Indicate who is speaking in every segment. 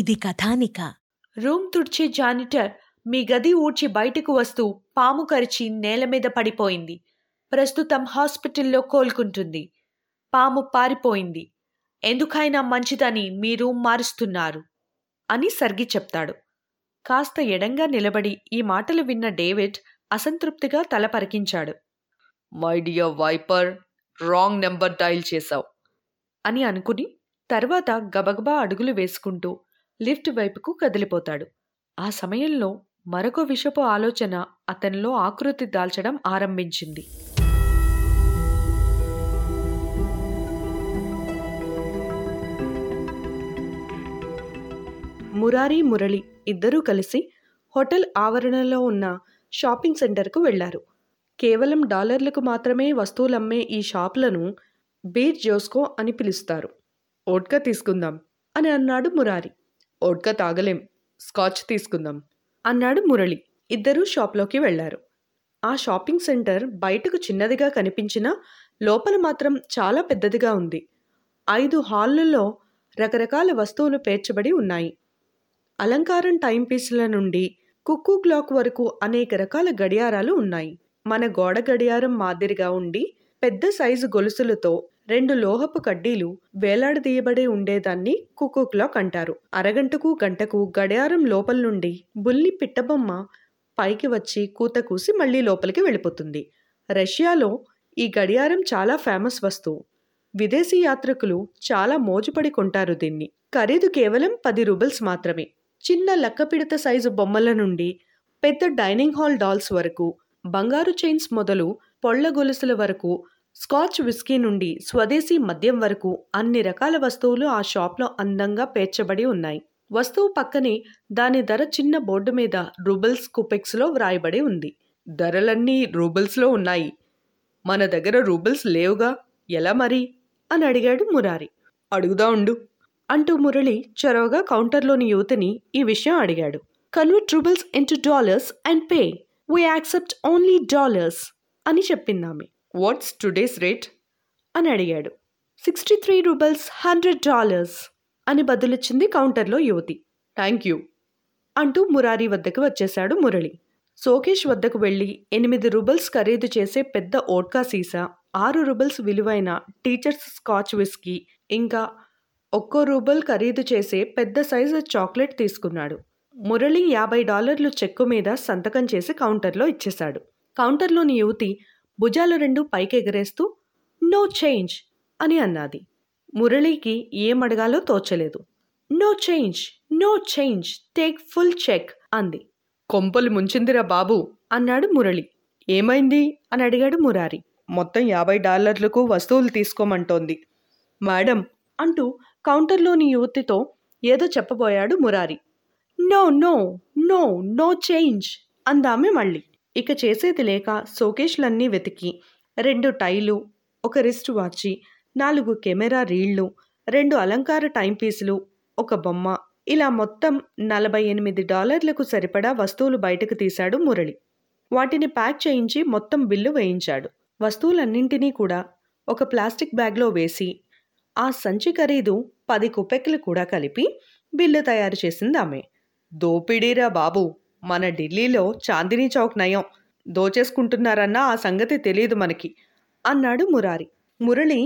Speaker 1: ఇది కథానిక
Speaker 2: రూమ్ తుడిచే జానిటర్ మీ గది ఊడ్చి బయటకు వస్తూ పాము కరిచి నేల మీద పడిపోయింది ప్రస్తుతం హాస్పిటల్లో కోలుకుంటుంది పాము పారిపోయింది ఎందుకైనా మంచిదని మీ రూమ్ మారుస్తున్నారు అని సర్గి చెప్తాడు కాస్త ఎడంగా నిలబడి ఈ మాటలు విన్న డేవిడ్ అసంతృప్తిగా తల పరికించాడు my dear wiper wrong number dial చేశావు అని అనుకుని తర్వాత గబగబా అడుగులు వేసుకుంటూ లిఫ్ట్ వైపుకు కదిలిపోతాడు ఆ సమయంలో మరొక విషపు ఆలోచన అతనిలో ఆకృతి దాల్చడం ఆరంభించింది మురారి మురళి ఇద్దరూ కలిసి హోటల్ ఆవరణలో ఉన్న షాపింగ్ సెంటర్కు వెళ్లారు కేవలం డాలర్లకు మాత్రమే వస్తువులమ్మే ఈ షాపులను బీర్ జోస్కో అని పిలుస్తారు ఓట్కా తీసుకుందాం అని అన్నాడు మురారి ఓట్కా తాగలేం స్కాచ్ తీసుకుందాం అన్నాడు మురళి ఇద్దరూ షాప్లోకి వెళ్లారు ఆ షాపింగ్ సెంటర్ బయటకు చిన్నదిగా కనిపించినా లోపల మాత్రం చాలా పెద్దదిగా ఉంది ఐదు హాళ్ళల్లో రకరకాల వస్తువులు పేర్చబడి ఉన్నాయి అలంకారం టైం పీసుల నుండి కుక్కు క్లాక్ వరకు అనేక రకాల గడియారాలు ఉన్నాయి మన గోడ గడియారం మాదిరిగా ఉండి పెద్ద సైజు గొలుసులతో రెండు లోహపు కడ్డీలు వేలాడదీయబడి ఉండేదాన్ని కుక్కు క్లాక్ అంటారు అరగంటకు గంటకు గడియారం లోపల నుండి బుల్లి పిట్టబొమ్మ పైకి వచ్చి కూత కూసి మళ్ళీ లోపలికి వెళ్ళిపోతుంది రష్యాలో ఈ గడియారం చాలా ఫేమస్ వస్తువు విదేశీ యాత్రికులు చాలా మోజుపడి కొంటారు దీన్ని ఖరీదు కేవలం పది రూబల్స్ మాత్రమే చిన్న లక్కపిడత సైజు బొమ్మల నుండి పెద్ద డైనింగ్ హాల్ డాల్స్ వరకు బంగారు చైన్స్ మొదలు పొళ్ళ గొలుసుల వరకు స్కాచ్ విస్కీ నుండి స్వదేశీ మద్యం వరకు అన్ని రకాల వస్తువులు ఆ షాప్లో అందంగా పేర్చబడి ఉన్నాయి వస్తువు పక్కనే దాని ధర చిన్న బోర్డు మీద రూబల్స్ కుపెక్స్లో వ్రాయబడి ఉంది ధరలన్నీ రూబల్స్లో ఉన్నాయి మన దగ్గర రూబల్స్ లేవుగా ఎలా మరి అని అడిగాడు మురారి అడుగుదా ఉండు అంటూ మురళి చొరవగా కౌంటర్లోని యువతిని ఈ విషయం అడిగాడు convert roubles into dollars and pay we accept only dollars అని చెప్పిందామె వాట్స్ టుడేస్ రేట్ అని అడిగాడు sixty three roubles hundred dollars అని బదులిచ్చింది కౌంటర్లో యువతి థ్యాంక్ యూ అంటూ మురారి వద్దకు వచ్చేశాడు మురళి సోకేష్ వద్దకు వెళ్ళి ఎనిమిది రూబల్స్ ఖరీదు చేసే పెద్ద ఓట్కా సీసా ఆరు రూబల్స్ విలువైన టీచర్స్ స్కాచ్ విస్కీ ఇంకా ఒక్కో రూబల్ ఖరీదు చేసే పెద్ద సైజు చాక్లెట్ తీసుకున్నాడు మురళి యాభై డాలర్లు చెక్కు మీద సంతకం చేసి కౌంటర్లో ఇచ్చేశాడు కౌంటర్లోని యువతి భుజాలు రెండు పైకెగరేస్తూ నో చేంజ్ అని అన్నది మురళికి ఏం అడగాలో తోచలేదు no change no change take full check అంది కొంపలు ముంచిందిరా బాబు అన్నాడు మురళి ఏమైంది అని అడిగాడు మురారి మొత్తం యాభై డాలర్లకు వస్తువులు తీసుకోమంటోంది మేడం అంటూ కౌంటర్లోని యువతితో ఏదో చెప్పబోయాడు Murari no no no no change అందామె మళ్ళీ ఇక చేసేది లేక సోకేష్లన్నీ వెతికి రెండు టైలు ఒక రిస్ట్ వాచి నాలుగు కెమెరా రీళ్లు రెండు అలంకార టైం పీసులు ఒక బొమ్మ ఇలా మొత్తం నలభై ఎనిమిది డాలర్లకు సరిపడా వస్తువులు బయటకు తీశాడు మురళి వాటిని ప్యాక్ చేయించి మొత్తం బిల్లు వేయించాడు వస్తువులన్నింటినీ కూడా ఒక ప్లాస్టిక్ బ్యాగ్లో వేసి ఆ సంచి ఖరీదు పది కుపెక్లు కూడా కలిపి బిల్లు తయారు చేసింది ఆమె దోపిడీరా బాబు మన ఢిల్లీలో చాందినీ చౌక్ నయం దోచేసుకుంటున్నారన్న ఆ సంగతి తెలియదు మనకి అన్నాడు మురారి మురళి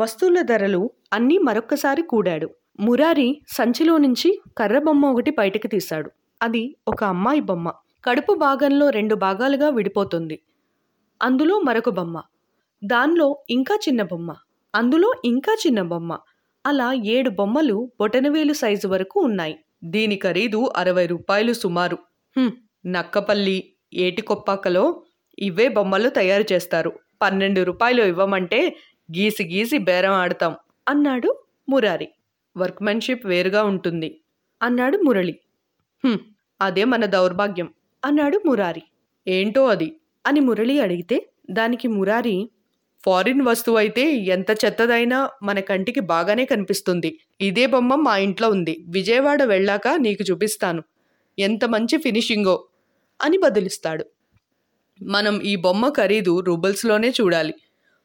Speaker 2: వస్తువుల ధరలు అన్నీ మరొక్కసారి కూడాడు మురారి సంచిలో నుంచి కర్ర బొమ్మ ఒకటి బయటకు తీశాడు అది ఒక అమ్మాయి బొమ్మ కడుపు భాగంలో రెండు భాగాలుగా విడిపోతుంది అందులో మరొక బొమ్మ దానిలో ఇంకా చిన్న బొమ్మ అందులో ఇంకా చిన్న బొమ్మ అలా ఏడు బొమ్మలు బొటనవేలు సైజు వరకు ఉన్నాయి దీని ఖరీదు అరవై రూపాయలు సుమారు హ్మ్, నక్కపల్లి ఏటికొప్పాకలో ఇవే బొమ్మలు తయారు చేస్తారు పన్నెండు రూపాయలు ఇవ్వమంటే గీసి గీసి బేరం ఆడతాం అన్నాడు మురారి వర్క్మెన్షిప్ వేరుగా ఉంటుంది అన్నాడు మురళి "హ్మ్, అదే మన దౌర్భాగ్యం అన్నాడు మురారి ఏంటో అది అని మురళి అడిగితే దానికి మురారి ఫారిన్ వస్తువు అయితే ఎంత చెత్తదైనా మన కంటికి బాగానే కనిపిస్తుంది ఇదే బొమ్మ మా ఇంట్లో ఉంది విజయవాడ వెళ్ళాక నీకు చూపిస్తాను ఎంత మంచి ఫినిషింగో అని బదులిస్తాడు మనం ఈ బొమ్మ ఖరీదు రూబల్స్లోనే చూడాలి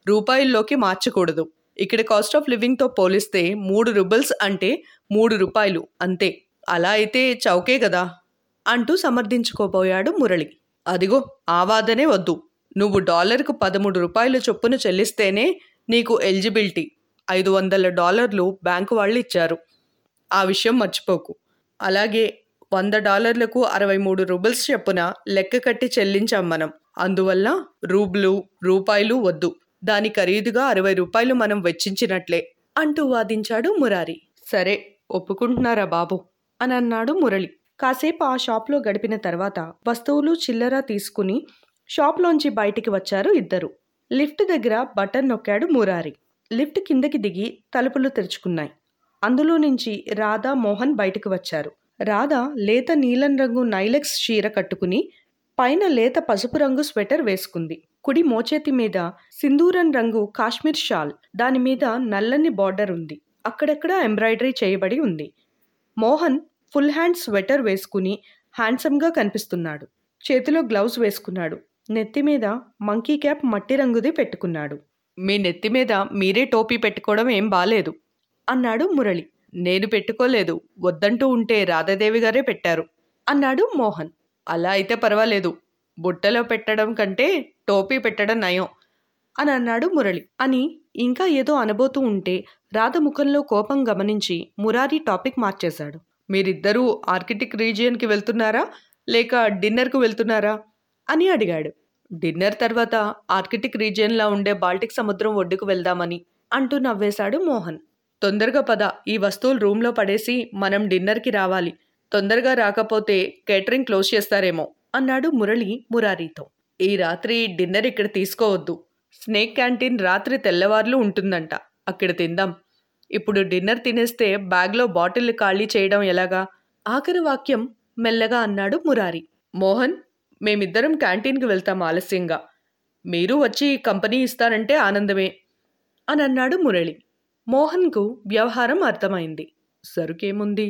Speaker 2: రూపాయల్లోకి మార్చకూడదు ఇక్కడ కాస్ట్ ఆఫ్ లివింగ్తో పోలిస్తే మూడు రూబల్స్ అంటే మూడు రూపాయలు అంతే అలా అయితే చౌకే కదా అంటూ సమర్థించుకోబోయాడు మురళి అదిగో ఆ వాదనే వద్దు నువ్వు డాలర్కు పదమూడు రూపాయల చొప్పున చెల్లిస్తేనే నీకు ఎలిజిబిలిటీ ఐదు వందల డాలర్లు బ్యాంకు వాళ్ళు ఇచ్చారు ఆ విషయం మర్చిపోకు అలాగే వంద డాలర్లకు అరవై మూడు రూబుల్స్ చొప్పున లెక్క కట్టి చెల్లించాం మనం అందువల్ల రూబ్లు రూపాయలు వద్దు దాని ఖరీదుగా అరవై రూపాయలు మనం వెచ్చించినట్లే అంటూ వాదించాడు మురారి సరే ఒప్పుకుంటున్నారా బాబు అని అన్నాడు మురళి కాసేపు ఆ షాప్లో గడిపిన తర్వాత వస్తువులు చిల్లర తీసుకుని షాప్లోంచి బయటికి వచ్చారు ఇద్దరు లిఫ్ట్ దగ్గర బటన్ నొక్కాడు మురారి లిఫ్ట్ కిందకి దిగి తలుపులు తెరుచుకున్నాయి అందులో నుంచి రాధా మోహన్ బయటకు వచ్చారు రాధ లేత నీలం రంగు నైలెక్స్ చీర కట్టుకుని పైన లేత పసుపు రంగు స్వెటర్ వేసుకుంది కుడి మోచేతి మీద సింధూరం రంగు కాశ్మీర్ షాల్ దాని మీద నల్లని బార్డర్ ఉంది అక్కడక్కడ ఎంబ్రాయిడరీ చేయబడి ఉంది మోహన్ ఫుల్ హ్యాండ్ స్వెటర్ వేసుకుని హ్యాండ్సమ్గా కనిపిస్తున్నాడు చేతిలో గ్లౌజ్ వేసుకున్నాడు నెత్తి మీద మంకీ క్యాప్ మట్టి రంగుది పెట్టుకున్నాడు మీ నెత్తి మీద మీరే టోపీ పెట్టుకోవడం ఏం బాలేదు అన్నాడు మురళి నేను పెట్టుకోలేదు వద్దంటూ ఉంటే రాధాదేవి గారే పెట్టారు అన్నాడు మోహన్ అలా అయితే పర్వాలేదు బుట్టలో పెట్టడం కంటే టోపీ పెట్టడం నయం అని అన్నాడు మురళి అని ఇంకా ఏదో అనబోతూ ఉంటే రాధ ముఖంలో కోపం గమనించి మురారి టాపిక్ మార్చేశాడు మీరిద్దరూ ఆర్కిటిక్ రీజియన్కి వెళ్తున్నారా లేక డిన్నర్కు వెళ్తున్నారా అని అడిగాడు డిన్నర్ తర్వాత ఆర్కిటిక్ రీజియన్లా ఉండే బాల్టిక్ సముద్రం ఒడ్డుకు వెళ్దామని అంటూ నవ్వేశాడు మోహన్ తొందరగా పద ఈ వస్తువులు రూమ్లో పడేసి మనం డిన్నర్కి రావాలి తొందరగా రాకపోతే కేటరింగ్ క్లోజ్ చేస్తారేమో అన్నాడు మురళి మురారీతో ఈ రాత్రి డిన్నర్ ఇక్కడ తీసుకోవద్దు స్నేక్ క్యాంటీన్ రాత్రి తెల్లవార్లు ఉంటుందంట అక్కడ తిందాం ఇప్పుడు డిన్నర్ తినేస్తే బ్యాగ్లో బాటిల్ ఖాళీ చేయడం ఎలాగా ఆఖరి వాక్యం మెల్లగా అన్నాడు మురారి మోహన్ మేమిద్దరం క్యాంటీన్కి వెళ్తాం ఆలస్యంగా మీరు వచ్చి కంపెనీ ఇస్తారంటే ఆనందమే అని అన్నాడు మురళి మోహన్కు వ్యవహారం అర్థమైంది సరుకేముంది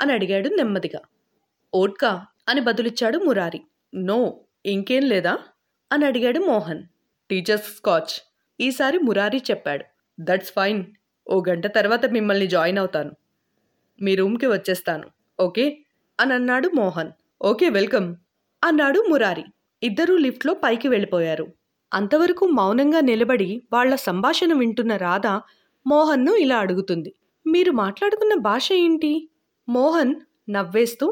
Speaker 2: అని అడిగాడు నెమ్మదిగా ఓట్కా అని బదులిచ్చాడు మురారి నో ఇంకేం లేదా అని అడిగాడు మోహన్ టీచర్స్ స్కాచ్ ఈసారి మురారి చెప్పాడు దట్స్ ఫైన్ ఓ గంట తర్వాత మిమ్మల్ని జాయిన్ అవుతాను మీ రూమ్కి వచ్చేస్తాను ఓకే అని అన్నాడు మోహన్ ఓకే వెల్కమ్ అన్నాడు మురారి ఇద్దరూ లిఫ్ట్లో పైకి వెళ్ళిపోయారు అంతవరకు మౌనంగా నిలబడి వాళ్ళ సంభాషణ వింటున్న రాధ మోహన్ను ఇలా అడుగుతుంది మీరు మాట్లాడుకున్న భాష ఏంటి మోహన్ నవ్వేస్తూ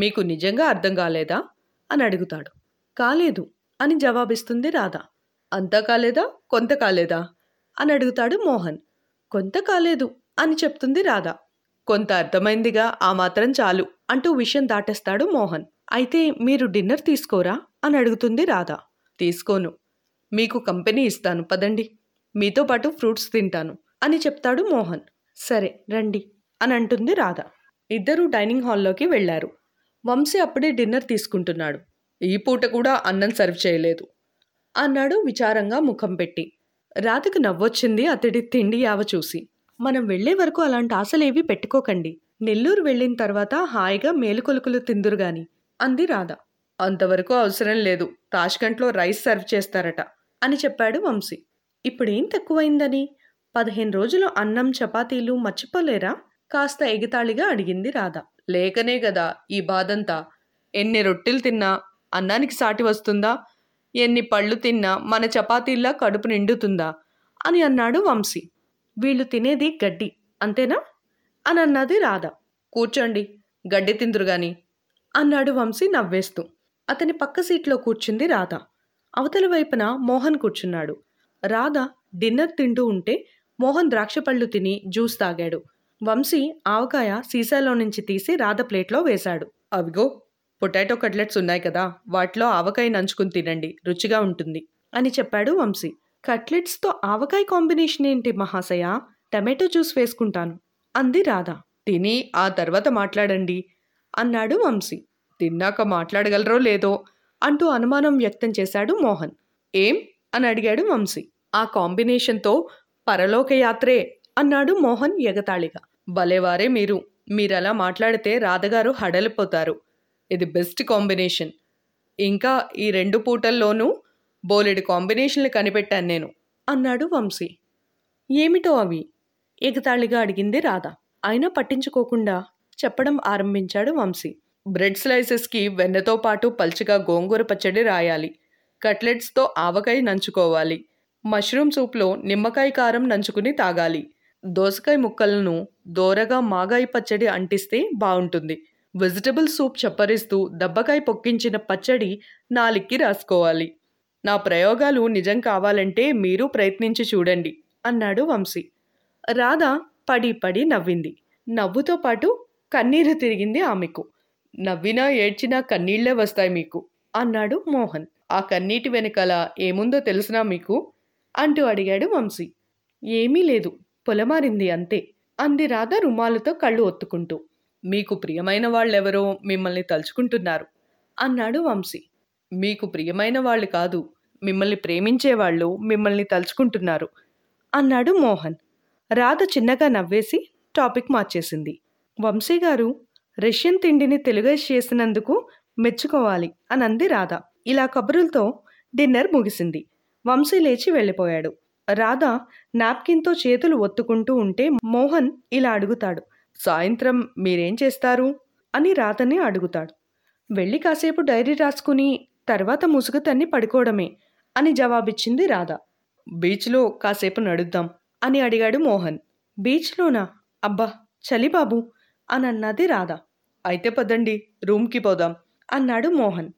Speaker 2: మీకు నిజంగా అర్థం కాలేదా అని అడుగుతాడు కాలేదు అని జవాబిస్తుంది రాధ అంతా కాలేదా కొంత కాలేదా అని అడుగుతాడు మోహన్ కొంత కాలేదు అని చెప్తుంది రాధ కొంత అర్థమైందిగా ఆ మాత్రం చాలు అంటూ విషయం దాటేస్తాడు మోహన్ అయితే మీరు డిన్నర్ తీసుకోరా అని అడుగుతుంది రాధ తీసుకోను మీకు కంపెనీ ఇస్తాను పదండి మీతో పాటు ఫ్రూట్స్ తింటాను అని చెప్తాడు మోహన్ సరే రండి అని అంటుంది రాధ ఇద్దరూ డైనింగ్ హాల్లోకి వెళ్ళారు వంశీ అప్పుడే డిన్నర్ తీసుకుంటున్నాడు ఈ పూట కూడా అన్నం సర్వ్ చేయలేదు అన్నాడు విచారంగా ముఖం పెట్టి రాధకు నవ్వొచ్చింది అతడి తిండి యావ చూసి మనం వెళ్ళే వరకు అలాంటి ఆశలేవి పెట్టుకోకండి నెల్లూరు వెళ్ళిన తర్వాత హాయిగా మేలుకొలుకులు తిందురు గాని అంది రాధ అంతవరకు అవసరం లేదు తాష్కంట్లో రైస్ సర్వ్ చేస్తారట అని చెప్పాడు వంశీ ఇప్పుడేం తక్కువైందని పదిహేను రోజులు అన్నం చపాతీలు మర్చిపోలేరా కాస్త ఎగితాళిగా అడిగింది రాధ లేకనే కదా ఈ బాధంతా ఎన్ని రొట్టెలు తిన్నా అన్నానికి సాటి వస్తుందా ఎన్ని పళ్ళు తిన్నా మన చపాతీల్లా కడుపు నిండుతుందా అని అన్నాడు వంశీ వీళ్ళు తినేది గడ్డి అంతేనా అని అన్నది రాధ కూర్చోండి గడ్డి తిందురు గాని అన్నాడు వంశీ నవ్వేస్తూ అతని పక్క సీట్లో కూర్చుంది రాధ అవతల వైపున మోహన్ కూర్చున్నాడు రాధ డిన్నర్ తింటూ ఉంటే మోహన్ ద్రాక్షపళ్ళు తిని జ్యూస్ తాగాడు వంశీ ఆవకాయ సీసాలో నుంచి తీసి రాధ ప్లేట్లో వేశాడు అవిగో పొటాటో కట్లెట్స్ ఉన్నాయి కదా వాటిలో ఆవకాయ నంచుకుని తినండి రుచిగా ఉంటుంది అని చెప్పాడు వంశీ కట్లెట్స్తో ఆవకాయ కాంబినేషన్ ఏంటి మహాశయ టమాటో జ్యూస్ వేసుకుంటాను అంది రాధ తిని ఆ తర్వాత మాట్లాడండి అన్నాడు వంశీ తిన్నాక మాట్లాడగలరో లేదో అంటూ అనుమానం వ్యక్తం చేశాడు మోహన్ ఏం అని అడిగాడు వంశీ ఆ కాంబినేషన్తో పరలోకయాత్రే అన్నాడు మోహన్ ఎగతాళిగా భలేవారే మీరు మీరలా మాట్లాడితే రాధగారు హడలిపోతారు ఇది బెస్ట్ కాంబినేషన్ ఇంకా ఈ రెండు పూటల్లోనూ బోలెడు కాంబినేషన్లు కనిపెట్టాను నేను అన్నాడు వంశీ ఏమిటో అవి ఎగతాళిగా అడిగింది రాధ అయినా పట్టించుకోకుండా చెప్పడం ఆరంభించాడు వంశీ బ్రెడ్ స్లైసెస్కి వెన్నతో పాటు పల్చగా గోంగూర పచ్చడి రాయాలి కట్లెట్స్తో ఆవకాయ నంచుకోవాలి మష్రూమ్ సూప్లో నిమ్మకాయ కారం నంచుకుని తాగాలి దోసకాయ ముక్కలను దోరగా మాగాయి పచ్చడి అంటిస్తే బాగుంటుంది వెజిటబుల్ సూప్ చప్పరిస్తూ దబ్బకాయ పొక్కించిన పచ్చడి నాలిక్కి రాసుకోవాలి నా ప్రయోగాలు నిజం కావాలంటే మీరు ప్రయత్నించి చూడండి అన్నాడు వంశీ రాధ పడి పడి నవ్వింది నవ్వుతో పాటు కన్నీరు తిరిగింది ఆమెకు నవ్వినా ఏడ్చినా కన్నీళ్లే వస్తాయి మీకు అన్నాడు మోహన్ ఆ కన్నీటి వెనకాల ఏముందో తెలిసినా మీకు అంటూ అడిగాడు వంశీ ఏమీ లేదు పొలమారింది అంతే అంది రాధ రుమాలతో కళ్ళు ఒత్తుకుంటూ మీకు ప్రియమైన వాళ్ళెవరో మిమ్మల్ని తలుచుకుంటున్నారు అన్నాడు వంశీ మీకు ప్రియమైన వాళ్ళు కాదు మిమ్మల్ని ప్రేమించేవాళ్ళు మిమ్మల్ని తలుచుకుంటున్నారు అన్నాడు మోహన్ రాధ చిన్నగా నవ్వేసి టాపిక్ మార్చేసింది వంశీ గారు రష్యన్ తిండిని తెలుగేసి చేసినందుకు మెచ్చుకోవాలి అని అంది రాధ ఇలా కబురులతో డిన్నర్ ముగిసింది వంశీ లేచి వెళ్ళిపోయాడు రాధ నాప్కిన్తో చేతులు ఒత్తుకుంటూ ఉంటే మోహన్ ఇలా అడుగుతాడు సాయంత్రం మీరేం చేస్తారు అని రాధని అడుగుతాడు వెళ్ళి కాసేపు డైరీ రాసుకుని తర్వాత ముసుగు తన్ని పడుకోవడమే అని జవాబిచ్చింది రాధ బీచ్లో కాసేపు నడుద్దాం అని అడిగాడు మోహన్ బీచ్లోనా అబ్బా చలి బాబు అని అన్నది రాధ అయితే పదండి రూమ్కి పోదాం అన్నాడు మోహన్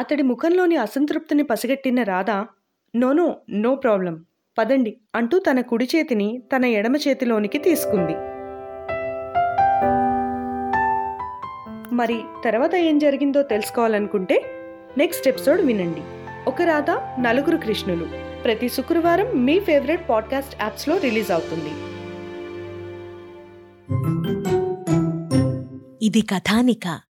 Speaker 2: అతడి ముఖంలోని అసంతృప్తిని పసిగట్టిన రాధ నోనో నో ప్రాబ్లం పదండి అంటూ తన కుడి చేతిని తన ఎడమ చేతిలోనికి తీసుకుంది మరి తర్వాత ఏం జరిగిందో తెలుసుకోవాలనుకుంటే నెక్స్ట్ ఎపిసోడ్ వినండి ఒక రాధ నలుగురు కృష్ణులు ప్రతి శుక్రవారం మీ ఫేవరెట్ పాడ్కాస్ట్ యాప్స్లో రిలీజ్ అవుతుంది
Speaker 1: ఇది కథానిక